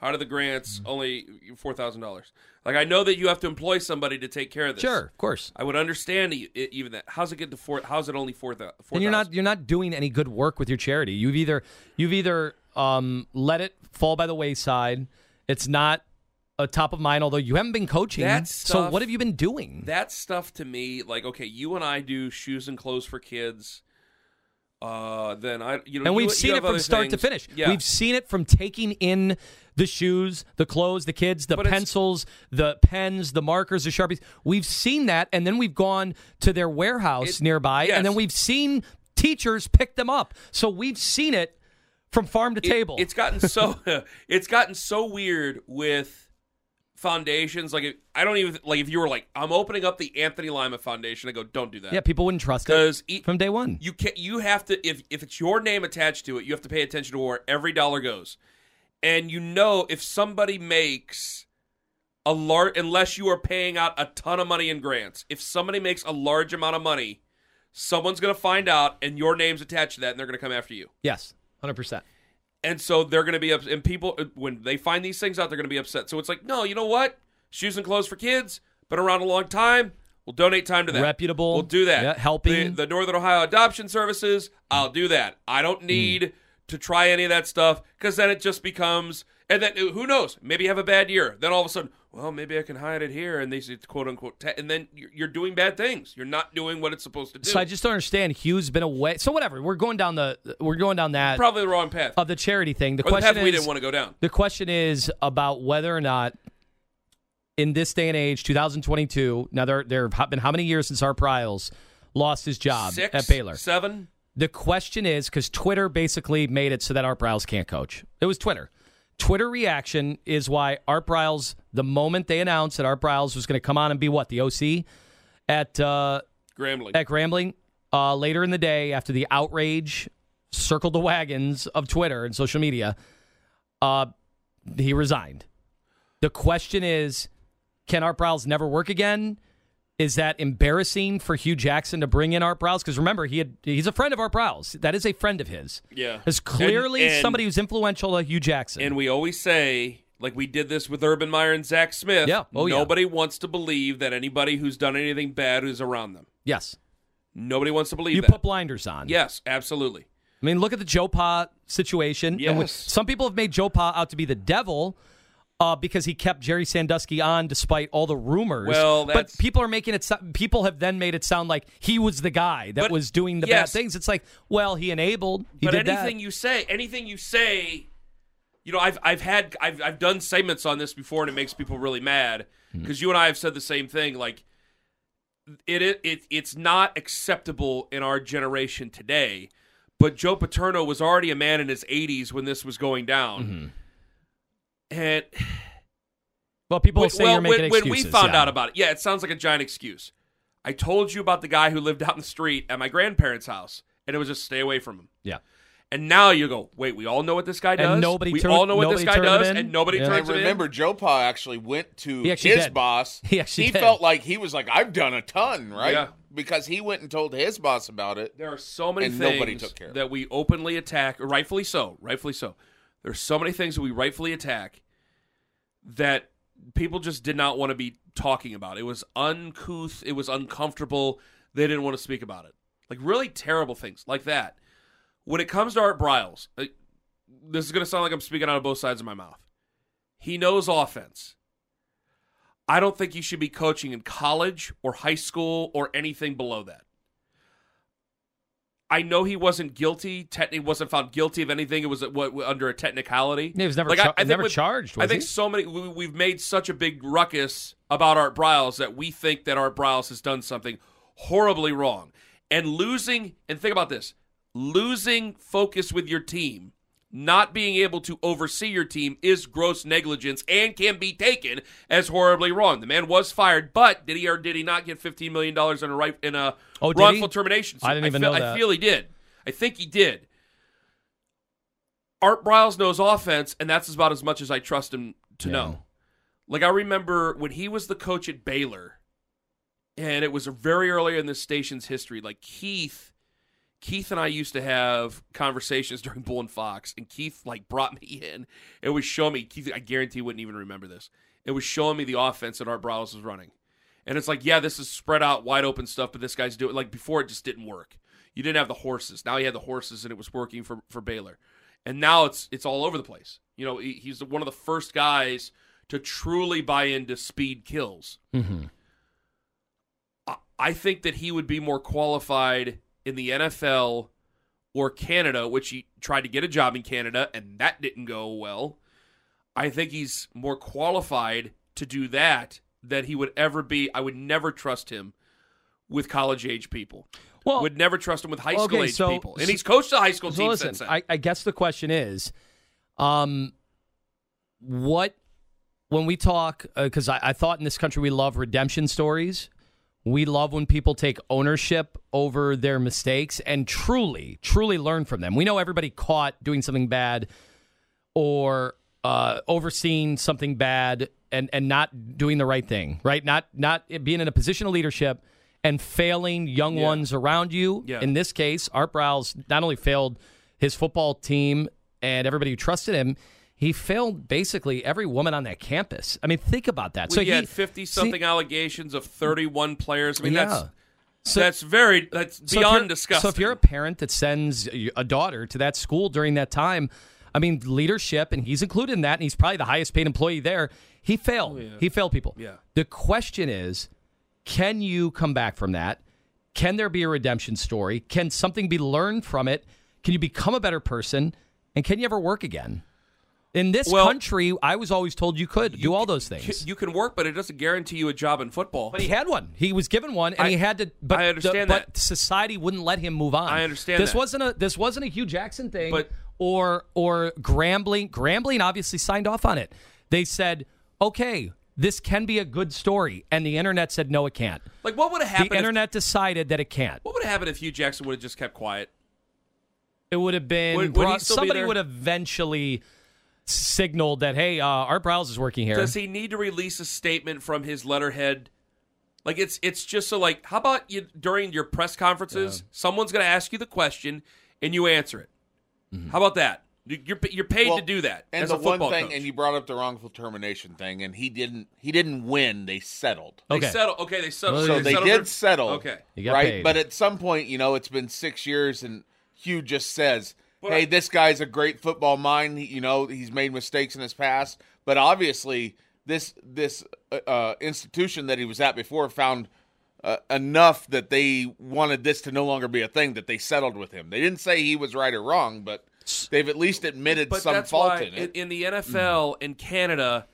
S6: How do the grants
S5: Mm-hmm.
S6: only four thousand dollars? Like, I know that you have to employ somebody to take care of this.
S5: Sure, of course.
S6: I would understand e- e- even that. How's it get to four? How's it only four thousand?
S5: and you're not you're not doing any good work with your charity. You've either you've either um, let it fall by the wayside. It's not a top of mind, although you haven't been coaching.
S6: That
S5: so
S6: stuff-
S5: what have you been doing?
S6: that stuff to me. Like, okay, you and I do shoes and clothes for kids. Uh, then I, you know,
S5: and
S6: you-
S5: we've
S6: you
S5: seen it
S6: have
S5: from
S6: other
S5: start to
S6: things.
S5: finish.
S6: Yeah,
S5: We've seen it from taking in the shoes, the clothes, the kids, the
S6: But it's-
S5: pencils, the pens, the markers, the sharpies. We've seen that, and then we've gone to their warehouse
S6: It-
S5: nearby,
S6: yes.
S5: and then we've seen teachers pick them up. So we've seen it from farm to
S6: It-
S5: table.
S6: It's gotten so it's gotten so weird with foundations. Like if, I don't even like if you were like I'm opening up the Anthony Lima Foundation. I go don't do that.
S5: yeah, people wouldn't trust it
S6: because e-
S5: from day one.
S6: you can you have to if if it's your name attached to it, you have to pay attention to where every dollar goes, and you know if somebody makes. A large, unless you are paying out a ton of money in grants. If somebody makes a large amount of money, someone's going to find out, and your name's attached to that, and they're going to come after you.
S5: yes, hundred percent.
S6: And so they're going to be upset. And people, uh, when they find these things out, they're going to be upset. So it's like, no, you know what? Shoes and clothes for kids. Been around a long time. We'll donate time to that.
S5: Reputable.
S6: We'll do that.
S5: Yeah, helping.
S6: The, the Northern Ohio Adoption Services. I'll do that. I
S5: Mm.
S6: don't need to try any of that stuff because then it just becomes. And then who knows? Maybe you have a bad year. Then all of a sudden, well, maybe I can hide it here. And they say, quote unquote. ta- and then you're you're doing bad things. You're not doing what it's supposed to do.
S5: So I just don't understand. Hugh's been away. So whatever. We're going down the we're going down that
S6: Probably the wrong path.
S5: of the charity thing. Uh, The
S6: or the
S5: question
S6: path we
S5: is,
S6: didn't want to go down.
S5: The question is about whether or not, in this day and age, 2022. Now there there have been how many years since our Pryles lost his job
S6: Six,
S5: at Baylor?
S6: Seven.
S5: The question is because Twitter basically made it so that Art Briles can't coach. It was Twitter. Twitter reaction is why Art Briles, the moment they announced that Art Briles was going to come on and be what the OC at uh,
S6: Grambling.
S5: at Grambling uh, later in the day after the outrage circled the wagons of Twitter and social media. Uh, he resigned. The question is, can Art Briles never work again? Is that embarrassing for Hugh Jackson to bring in Art Briles? Because remember, he had, he's a friend of Art Briles. That is a friend of his.
S6: Yeah.
S5: It's clearly
S6: And- and-
S5: somebody who's influential to Hugh Jackson.
S6: And we always say, like we did this with Urban Meyer and Zach Smith.
S5: Yeah. Oh, yeah.
S6: nobody wants to believe that anybody who's done anything bad is around them.
S5: yes.
S6: Nobody wants to believe
S5: You
S6: that.
S5: put blinders on.
S6: yes, absolutely.
S5: I mean, look at the Joe Pa situation. And when-
S6: Yes.
S5: some people have made Joe Pa out to be the devil uh, because he kept Jerry Sandusky on despite all the rumors.
S6: Well,
S5: but
S6: that's-
S5: people are making it. so- People have then made it sound like he was the guy that
S6: But-
S5: was doing the
S6: yes.
S5: bad things. It's like, well, he enabled. He
S6: but
S5: did
S6: anything
S5: that.
S6: you say, anything you say, you know, I've I've had I've I've done segments on this before, and it makes people really mad
S5: Hmm.
S6: because you and I have said the same thing. Like, it, it it it's not acceptable in our generation today. But Joe Paterno was already a man in his 80s when this was going down,
S5: Mm-hmm.
S6: and
S5: well, people
S6: Wait,
S5: say
S6: well,
S5: you're making
S6: when, when
S5: excuses.
S6: we found
S5: yeah.
S6: out about it, yeah, it sounds like a giant excuse. I told you about the guy who lived out in the street at my grandparents' house, and it was just stay away from him.
S5: yeah,
S6: And now you go, wait, we all know what this guy does.
S5: nobody
S6: we
S5: tur-
S6: all know what this
S5: nobody
S6: guy
S5: turned him
S6: does,
S5: in?
S6: and nobody
S5: Yeah.
S6: turns
S7: And
S6: it in.
S7: remember, Joe Pa actually went to
S5: He
S7: his
S5: actually did.
S7: boss.
S5: He actually did.
S7: felt like he was like, I've done a ton, right?
S6: Yeah.
S7: Because he went and told his boss about it.
S6: There are so many
S7: And
S6: things
S7: nobody took care of it.
S6: that we openly attack, rightfully so, rightfully so. There's so many things that we rightfully attack that people just did not want to be talking about. It was uncouth, it was uncomfortable. They didn't want to speak about it. Like really terrible things like that. When it comes to Art Briles, uh, this is going to sound like I'm speaking out of both sides of my mouth. He knows offense. I don't think you should be coaching in college or high school or anything below that. I know he wasn't guilty. Technically, wasn't found guilty of anything. It was what under a technicality.
S5: Yeah, he was never
S6: I-
S5: char-
S6: I think
S5: never charged,
S6: I
S5: was
S6: think
S5: he?
S6: so many. We, we've made such a big ruckus about Art Briles that we think that Art Briles has done something horribly wrong. And losing, and think about this: losing focus with your team, not being able to oversee your team, is gross negligence and can be taken as horribly wrong. The man was fired, but did he or did he not get fifteen million dollars in a right in a
S5: Oh, did
S6: wrongful
S5: he?
S6: termination?
S5: I didn't even
S6: feel,
S5: know that.
S6: I feel he did. I think he did. Art Briles knows offense, and that's about as much as I trust him to know. Like I remember when he was the coach at Baylor, and it was very early in the station's history. Like Keith, Keith and I used to have conversations during Bull and Fox, and Keith like brought me in. It was showing me Keith. I guarantee wouldn't even remember this. It was showing me the offense that Art Briles was running, and it's like, yeah, this is spread out, wide open stuff, but this guy's doing like before it just didn't work. You didn't have the horses. Now he had the horses, and it was working for for Baylor and now it's it's all over the place. You know, he, he's one of the first guys to truly buy into speed kills.
S5: Mm-hmm.
S6: I, I think that he would be more qualified in the NFL or Canada, which he tried to get a job in Canada and that didn't go well. I think he's more qualified to do that than he would ever be. I would never trust him with college age people.
S5: Well,
S6: would never trust him with high school
S5: okay,
S6: age
S5: so-
S6: people. And
S5: so-
S6: he's coached the high school
S5: so
S6: team
S5: listen,
S6: since then.
S5: I, I guess the question is, um, what when we talk because I, I thought in this country we love redemption stories. We love when people take ownership over their mistakes and truly, truly learn from them. We know everybody caught doing something bad or uh, overseeing something bad and and not doing the right thing, right? Not not being in a position of leadership and failing young ones around you.
S6: Yeah.
S5: In this case, Art Briles not only failed his football team and everybody who trusted him. He failed basically every woman on that campus. I mean, think about that.
S6: We
S5: so
S6: he
S5: he
S6: had fifty something allegations of thirty one players. I mean, that's
S5: Yeah. So-
S6: that's very that's
S5: So if
S6: beyond
S5: you're-
S6: disgusting.
S5: So if you're a parent that sends y- a daughter to that school during that time, I mean leadership, and he's included in that, and he's probably the highest paid employee there. He failed. He failed people.
S6: Oh, Yeah.
S5: The question is, can you come back from that? Can there be a redemption story? Can something be learned from it? Can you become a better person? And can you ever work again? In this
S6: Well-
S5: country, I was always told you could do all those
S6: C-
S5: things.
S6: you can work, but it doesn't guarantee you a job in football.
S5: But he had one. He was given one, and
S6: I-
S5: he had to. But
S6: I understand
S5: the- But
S6: that.
S5: society wouldn't let him move on.
S6: I understand
S5: This
S6: that.
S5: wasn't a this wasn't a Hugh Jackson thing.
S6: But-
S5: or or Grambling. Grambling obviously signed off on it. They said, okay, this can be a good story, and the internet said no, it can't.
S6: like what would have happened?
S5: The
S6: if-
S5: internet decided that it can't.
S6: what would have happened if Hugh Jackson would have just kept quiet?
S5: It would have been
S6: Would- would
S5: brought-
S6: he still be
S5: somebody
S6: there?
S5: would have eventually signaled that hey, uh, Art Browse is working here.
S6: Does he need to release a statement from his letterhead? Like it's it's just so like how about you during your press conferences, someone's going to ask you the question and you answer it. How about that? You- You're you're paid
S7: Well,
S6: to do that
S7: And
S6: as
S7: the
S6: a football
S7: one thing,
S6: coach.
S7: and you brought up the wrongful termination thing, and he didn't. He didn't win. They settled.
S6: they
S5: okay.
S6: settle. Okay, they settle.
S7: So they
S6: settle
S7: did
S6: for-
S7: settle.
S6: Okay.
S5: You got
S7: right.
S5: paid.
S7: But at some point, you know, it's been six years, and Hugh just says,
S6: But
S7: "Hey,
S6: I-
S7: this guy's a great football mind. He- You know, he's made mistakes in his past, but obviously, this this uh, uh, institution that he was at before found." Uh, enough that they wanted this to no longer be a thing that they settled with him. They didn't say he was right or wrong, but they've at least admitted
S6: but
S7: some
S6: that's
S7: fault
S6: why
S7: in it. Mm-hmm.
S6: in the NFL in Canada,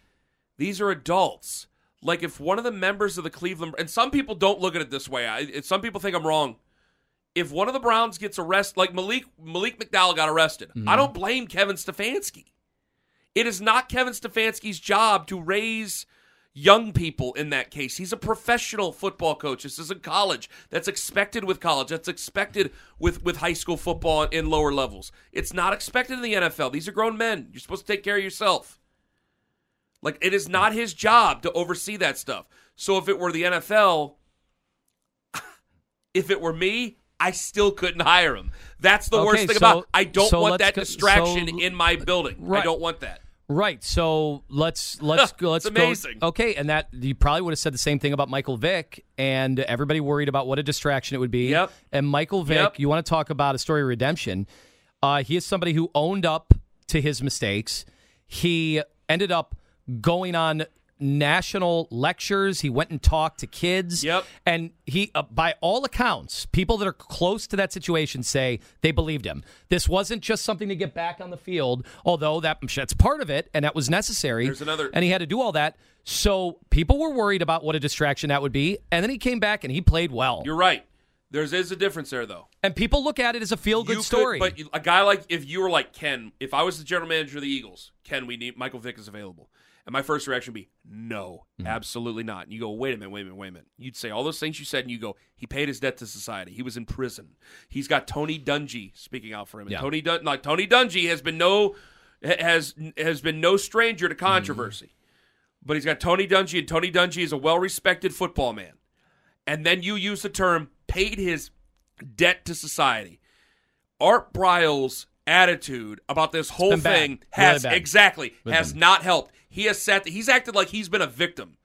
S6: these are adults. Like if one of the members of the Cleveland and some people don't look at it this way. I, it- some people think I'm wrong. If one of the Browns gets arrested, like Malik Malik McDowell got arrested,
S7: Mm-hmm.
S6: I don't blame Kevin Stefanski. It is not Kevin Stefanski's job to raise young people in that case. He's a professional football coach. This isn't college. That's expected with college. That's expected with, with high school football in lower levels. It's not expected in the NFL. These are grown men. You're supposed to take care of yourself. Like, it is not his job to oversee that stuff. So if it were the NFL, if it were me, I still couldn't hire him. That's the worst
S5: Okay,
S6: thing
S5: so-
S6: about. I don't
S5: so
S6: want
S5: let's
S6: that
S5: go-
S6: distraction
S5: so-
S6: in my building. I
S5: Right.
S6: don't want that.
S5: Right. So let's let's go.
S6: It's
S5: Let's go.
S6: amazing.
S5: Okay, and that you probably would have said the same thing about Michael Vick, and everybody worried about what a distraction it would be.
S6: Yep.
S5: And Michael Vick,
S6: Yep.
S5: you want to talk about a story of redemption? Uh, he is somebody who owned up to his mistakes. He ended up going on national lectures. He went and talked to kids.
S6: Yep.
S5: And he, uh, by all accounts, people that are close to that situation say they believed him. This wasn't just something to get back on the field, although that I'm sure that's part of it, and that was necessary.
S6: There's another-
S5: and he had to do all that. So people were worried about what a distraction that would be, and then he came back and he played well.
S6: You're right. There is a difference there, though.
S5: and people look at it as a feel
S6: You
S5: good
S6: could-
S5: story.
S6: but you- a guy like if you were like Ken, if I was the general manager of the Eagles, Ken, we need Michael Vick is available, and my first reaction would be no,
S5: Mm-hmm.
S6: absolutely not. And you go, wait a minute, wait a minute, wait a minute. You'd say all those things you said, and you go, he paid his debt to society. He was in prison. He's got Tony Dungy speaking out for him. And
S5: Yeah.
S6: Tony Dun- like Tony Dungy has been no ha- has has been no stranger to controversy.
S5: Mm-hmm.
S6: But he's got Tony Dungy, and Tony Dungy is a well respected football man. And then you use the term paid his debt to society. Art Briles' attitude about this whole
S5: been bad.
S6: thing
S5: Really
S6: has
S5: bad.
S6: exactly
S5: Been
S6: has
S5: bad.
S6: not helped. He has sat he's acted like he's been a victim.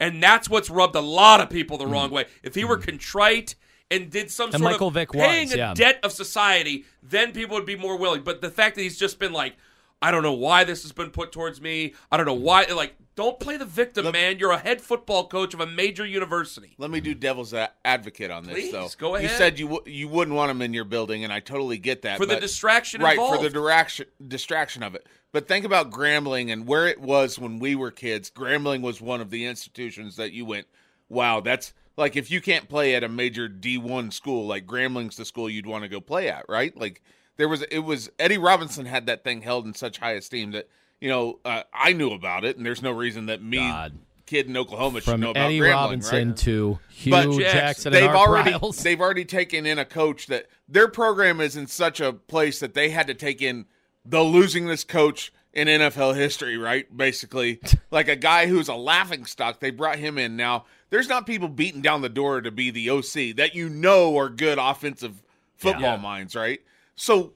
S6: And that's what's rubbed a lot of people the wrong way. If he were contrite and did some
S5: Mm-hmm. And
S6: sort
S5: Michael
S6: of
S5: Vick was,
S6: paying a
S5: yeah.
S6: debt of society, then people would be more willing. But the fact that he's just been like, I don't know why this has been put towards me. I
S5: Mm-hmm.
S6: don't know why. Like, don't play the victim, man. You're a head football coach of a major university.
S7: Let me do devil's a- advocate on this,
S6: Please,
S7: though.
S6: go
S7: You
S6: ahead.
S7: said you w- you wouldn't want him in your building, and I totally get that
S6: For the
S7: but-
S6: distraction
S7: right?
S6: involved.
S7: For the distraction distraction of it. But think about Grambling and where it was when we were kids. Grambling was one of the institutions that you went, wow, that's like if you can't play at a major D one school, like Grambling's the school you'd want to go play at, right? Like there was it was Eddie Robinson had that thing held in such high esteem that you know uh, I knew about it, and there's no reason that me.
S5: God.
S7: Kid in Oklahoma should
S5: From
S7: know about
S5: Eddie
S7: Grambling,
S5: Robinson
S7: right?
S5: to Hugh
S7: But
S5: Jackson,
S6: Jackson,
S5: and
S7: they've
S5: Art
S7: already
S5: Briles.
S7: they've already taken in a coach that their program is in such a place that they had to take in the losingest coach in NFL history, right? Basically, like a guy who's a laughing stock. They brought him in. Now, there's not people beating down the door to be the OC that you know are good offensive football minds, right? So,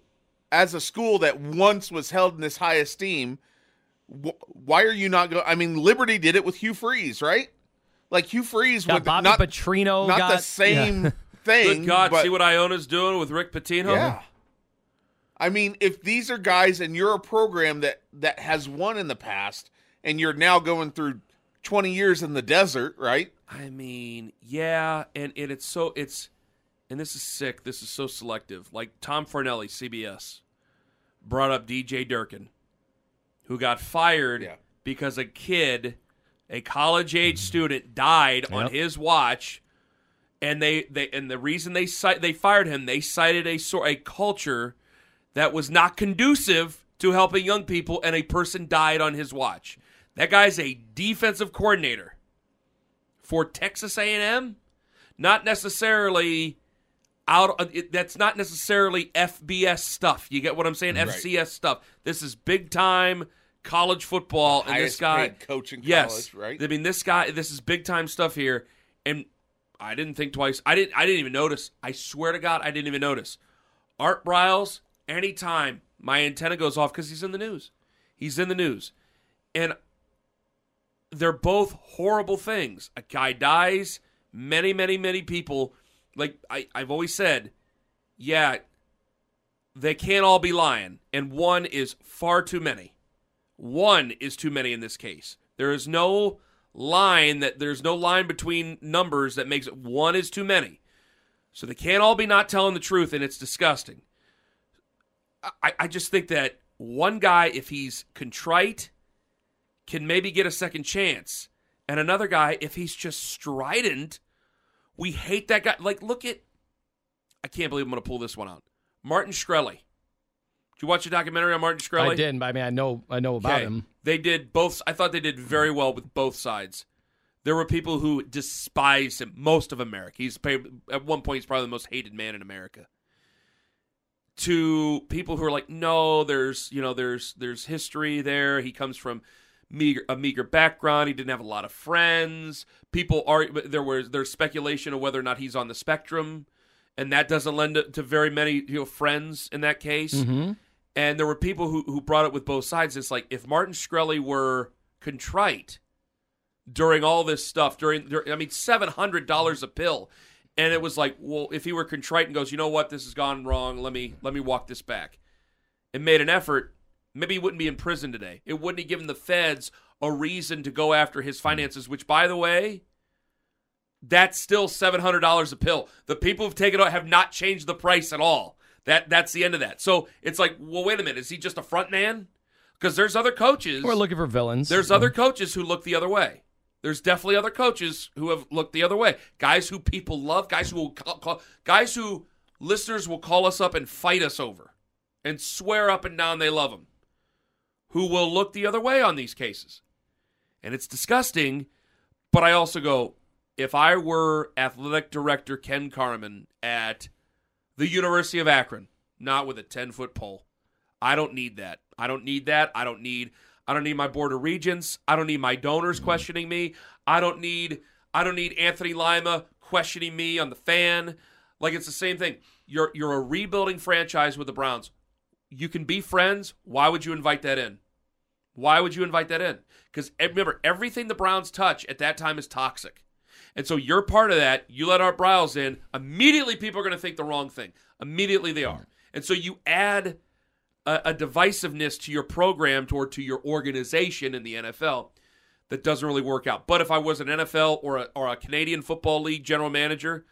S7: as a school that once was held in this high esteem, wh- why are you not going? I mean, Liberty did it with Hugh Freeze, right? Like Hugh Freeze
S5: Yeah,
S7: with
S5: Bobby
S7: not
S5: Petrino
S7: not the
S5: got-
S7: same
S5: yeah.
S7: thing.
S6: Good God,
S7: but-
S6: see what Iona's doing with Rick Pitino?
S7: yeah. I mean, if these are guys and you're a program that that has won in the past, and you're now going through 20 years in the desert, right?
S6: I mean, yeah, and, and it's so it's and this is sick. This is so selective. Like Tom Fornelli, CBS, brought up DJ Durkin, who got fired
S7: Yeah.
S6: because a kid, a college age student, died on
S5: Yep.
S6: his watch, and they, they and the reason they cite they fired him, they cited a sort a culture that was not conducive to helping young people, and a person died on his watch. That guy's a defensive coordinator for Texas A&M, not necessarily out. uh, It, that's not necessarily FBS stuff. You get what I'm saying? FCS stuff. This is big time college football, and this
S7: Highest
S6: guy
S7: paid coach in
S6: yes,
S7: college, right?
S6: I mean, this guy. This is big time stuff here, and I didn't think twice. I didn't. I didn't even notice. I swear to God, I didn't even notice. Art Briles, anytime my antenna goes off because he's in the news. He's in the news. And they're both horrible things. A guy dies, many, many, many people, like I, I've always said, yeah, they can't all be lying. And one is far too many. One is too many in this case. There is no line that there's no line between numbers that makes it one is too many. So they can't all be not telling the truth, and it's disgusting. I, I just think that one guy, if he's contrite, can maybe get a second chance. And another guy, if he's just strident, we hate that guy. Like, look at I can't believe I'm gonna pull this one out. Martin Shkreli. Did you watch the documentary on Martin Shkreli?
S5: I didn't. but I mean, I know I know about
S6: Okay.
S5: him.
S6: They did both. I thought they did very well with both sides. There were people who despised him. Most of America. He's pa- at one point he's probably the most hated man in America. To people who are like, no, there's you know there's there's history there. He comes from meager a meager background. He didn't have a lot of friends. People are there was there's speculation of whether or not he's on the spectrum, and that doesn't lend to, to very many you know friends in that case.
S5: Mm-hmm.
S6: And there were people who, who brought it with both sides. It's like if Martin Shkreli were contrite during all this stuff, during, during I mean, seven hundred dollars a pill, and it was like, well, if he were contrite and goes, you know what, this has gone wrong. Let me let me walk this back, and made an effort. Maybe he wouldn't be in prison today. It wouldn't have given the feds a reason to go after his finances. Which, by the way, that's still seven hundred dollars a pill. The people who've taken it have not changed the price at all. That that's the end of that. So it's like, well, wait a minute, is he just a front man? Because there's other coaches.
S5: We're looking for villains.
S6: There's other coaches who look the other way. There's definitely other coaches who have looked the other way. Guys who people love, guys who will call, call, guys who listeners will call us up and fight us over, and swear up and down they love them. Who will look the other way on these cases, and it's disgusting. But I also go, if I were athletic director Ken Carmen at the University of Akron, not with a ten foot pole. I don't need that. I don't need that. I don't need I don't need my board of regents. I don't need my donors questioning me. I don't need I don't need Anthony Lima questioning me on the fan. Like it's the same thing. You're you're a rebuilding franchise with the Browns. You can be friends. Why would you invite that in? Why would you invite that in? Because remember, everything the Browns touch at that time is toxic. And so you're part of that. You let Art Briles in. Immediately, people are going to think the wrong thing. Immediately, they are. And so you add a, a divisiveness to your program or to your organization in the NFL that doesn't really work out. But if I was an NFL or a, or a Canadian Football League general manager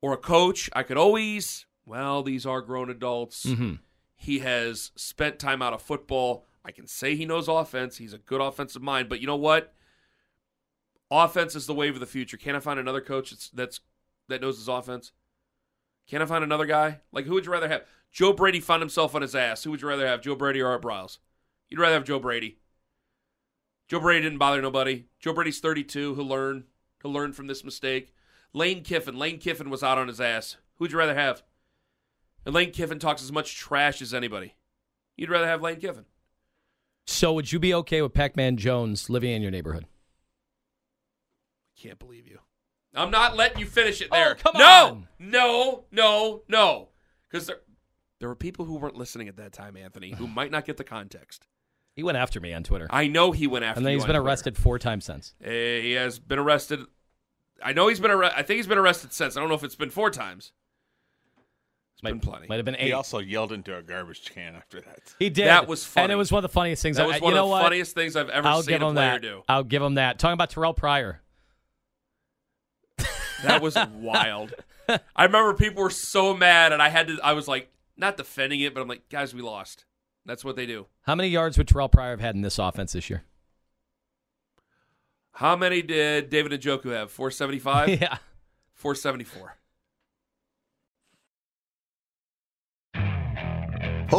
S6: or a coach, I could always, well, these are grown adults.
S5: Mm-hmm.
S6: He has spent time out of football. I can say he knows offense. He's a good offensive mind. But you know what? Offense is the wave of the future. Can I find another coach that's, that's that knows his offense? Can I find another guy? Like, who would you rather have? Joe Brady found himself on his ass. Who would you rather have, Joe Brady or Art Briles? You'd rather have Joe Brady. Joe Brady didn't bother nobody. Joe Brady's 32. He'll learn. He'll learn from this mistake. Lane Kiffin. Lane Kiffin was out on his ass. Who would you rather have? And Lane Kiffin talks as much trash as anybody. You'd rather have Lane Kiffin.
S5: So would you be okay with Pac-Man Jones living in your neighborhood?
S6: Can't believe you. I'm not letting you finish it there.
S5: Oh, come
S6: no,
S5: on.
S6: no, no, no. Because there, there were people who weren't listening at that time, Anthony, who might not get the context.
S5: He went after me on Twitter,
S6: I know he went after.
S5: and then
S6: you
S5: he's
S6: on
S5: been
S6: Twitter.
S5: arrested four times since.
S6: Uh, he has been arrested. I know he's been arrested. I think he's been arrested since. I don't know if it's been four times. It's been plenty.
S5: Might have been eight.
S7: He also yelled into a garbage can after that.
S5: He did.
S6: That was funny.
S5: and it was one of the funniest things.
S6: that
S5: I,
S6: was
S5: you
S6: one
S5: know
S6: of the
S5: what?
S6: funniest things I've ever
S5: I'll
S6: seen
S5: give
S6: a
S5: him
S6: player
S5: that.
S6: do.
S5: I'll give him that. Talking about Terrell Pryor.
S6: That was wild. I remember people were so mad, and I had to. I was like, not defending it, but I'm like, guys, we lost. That's what they do.
S5: How many yards would Terrell Pryor have had in this offense this year?
S6: How many did David and Joku have? 475?
S5: yeah.
S6: 474.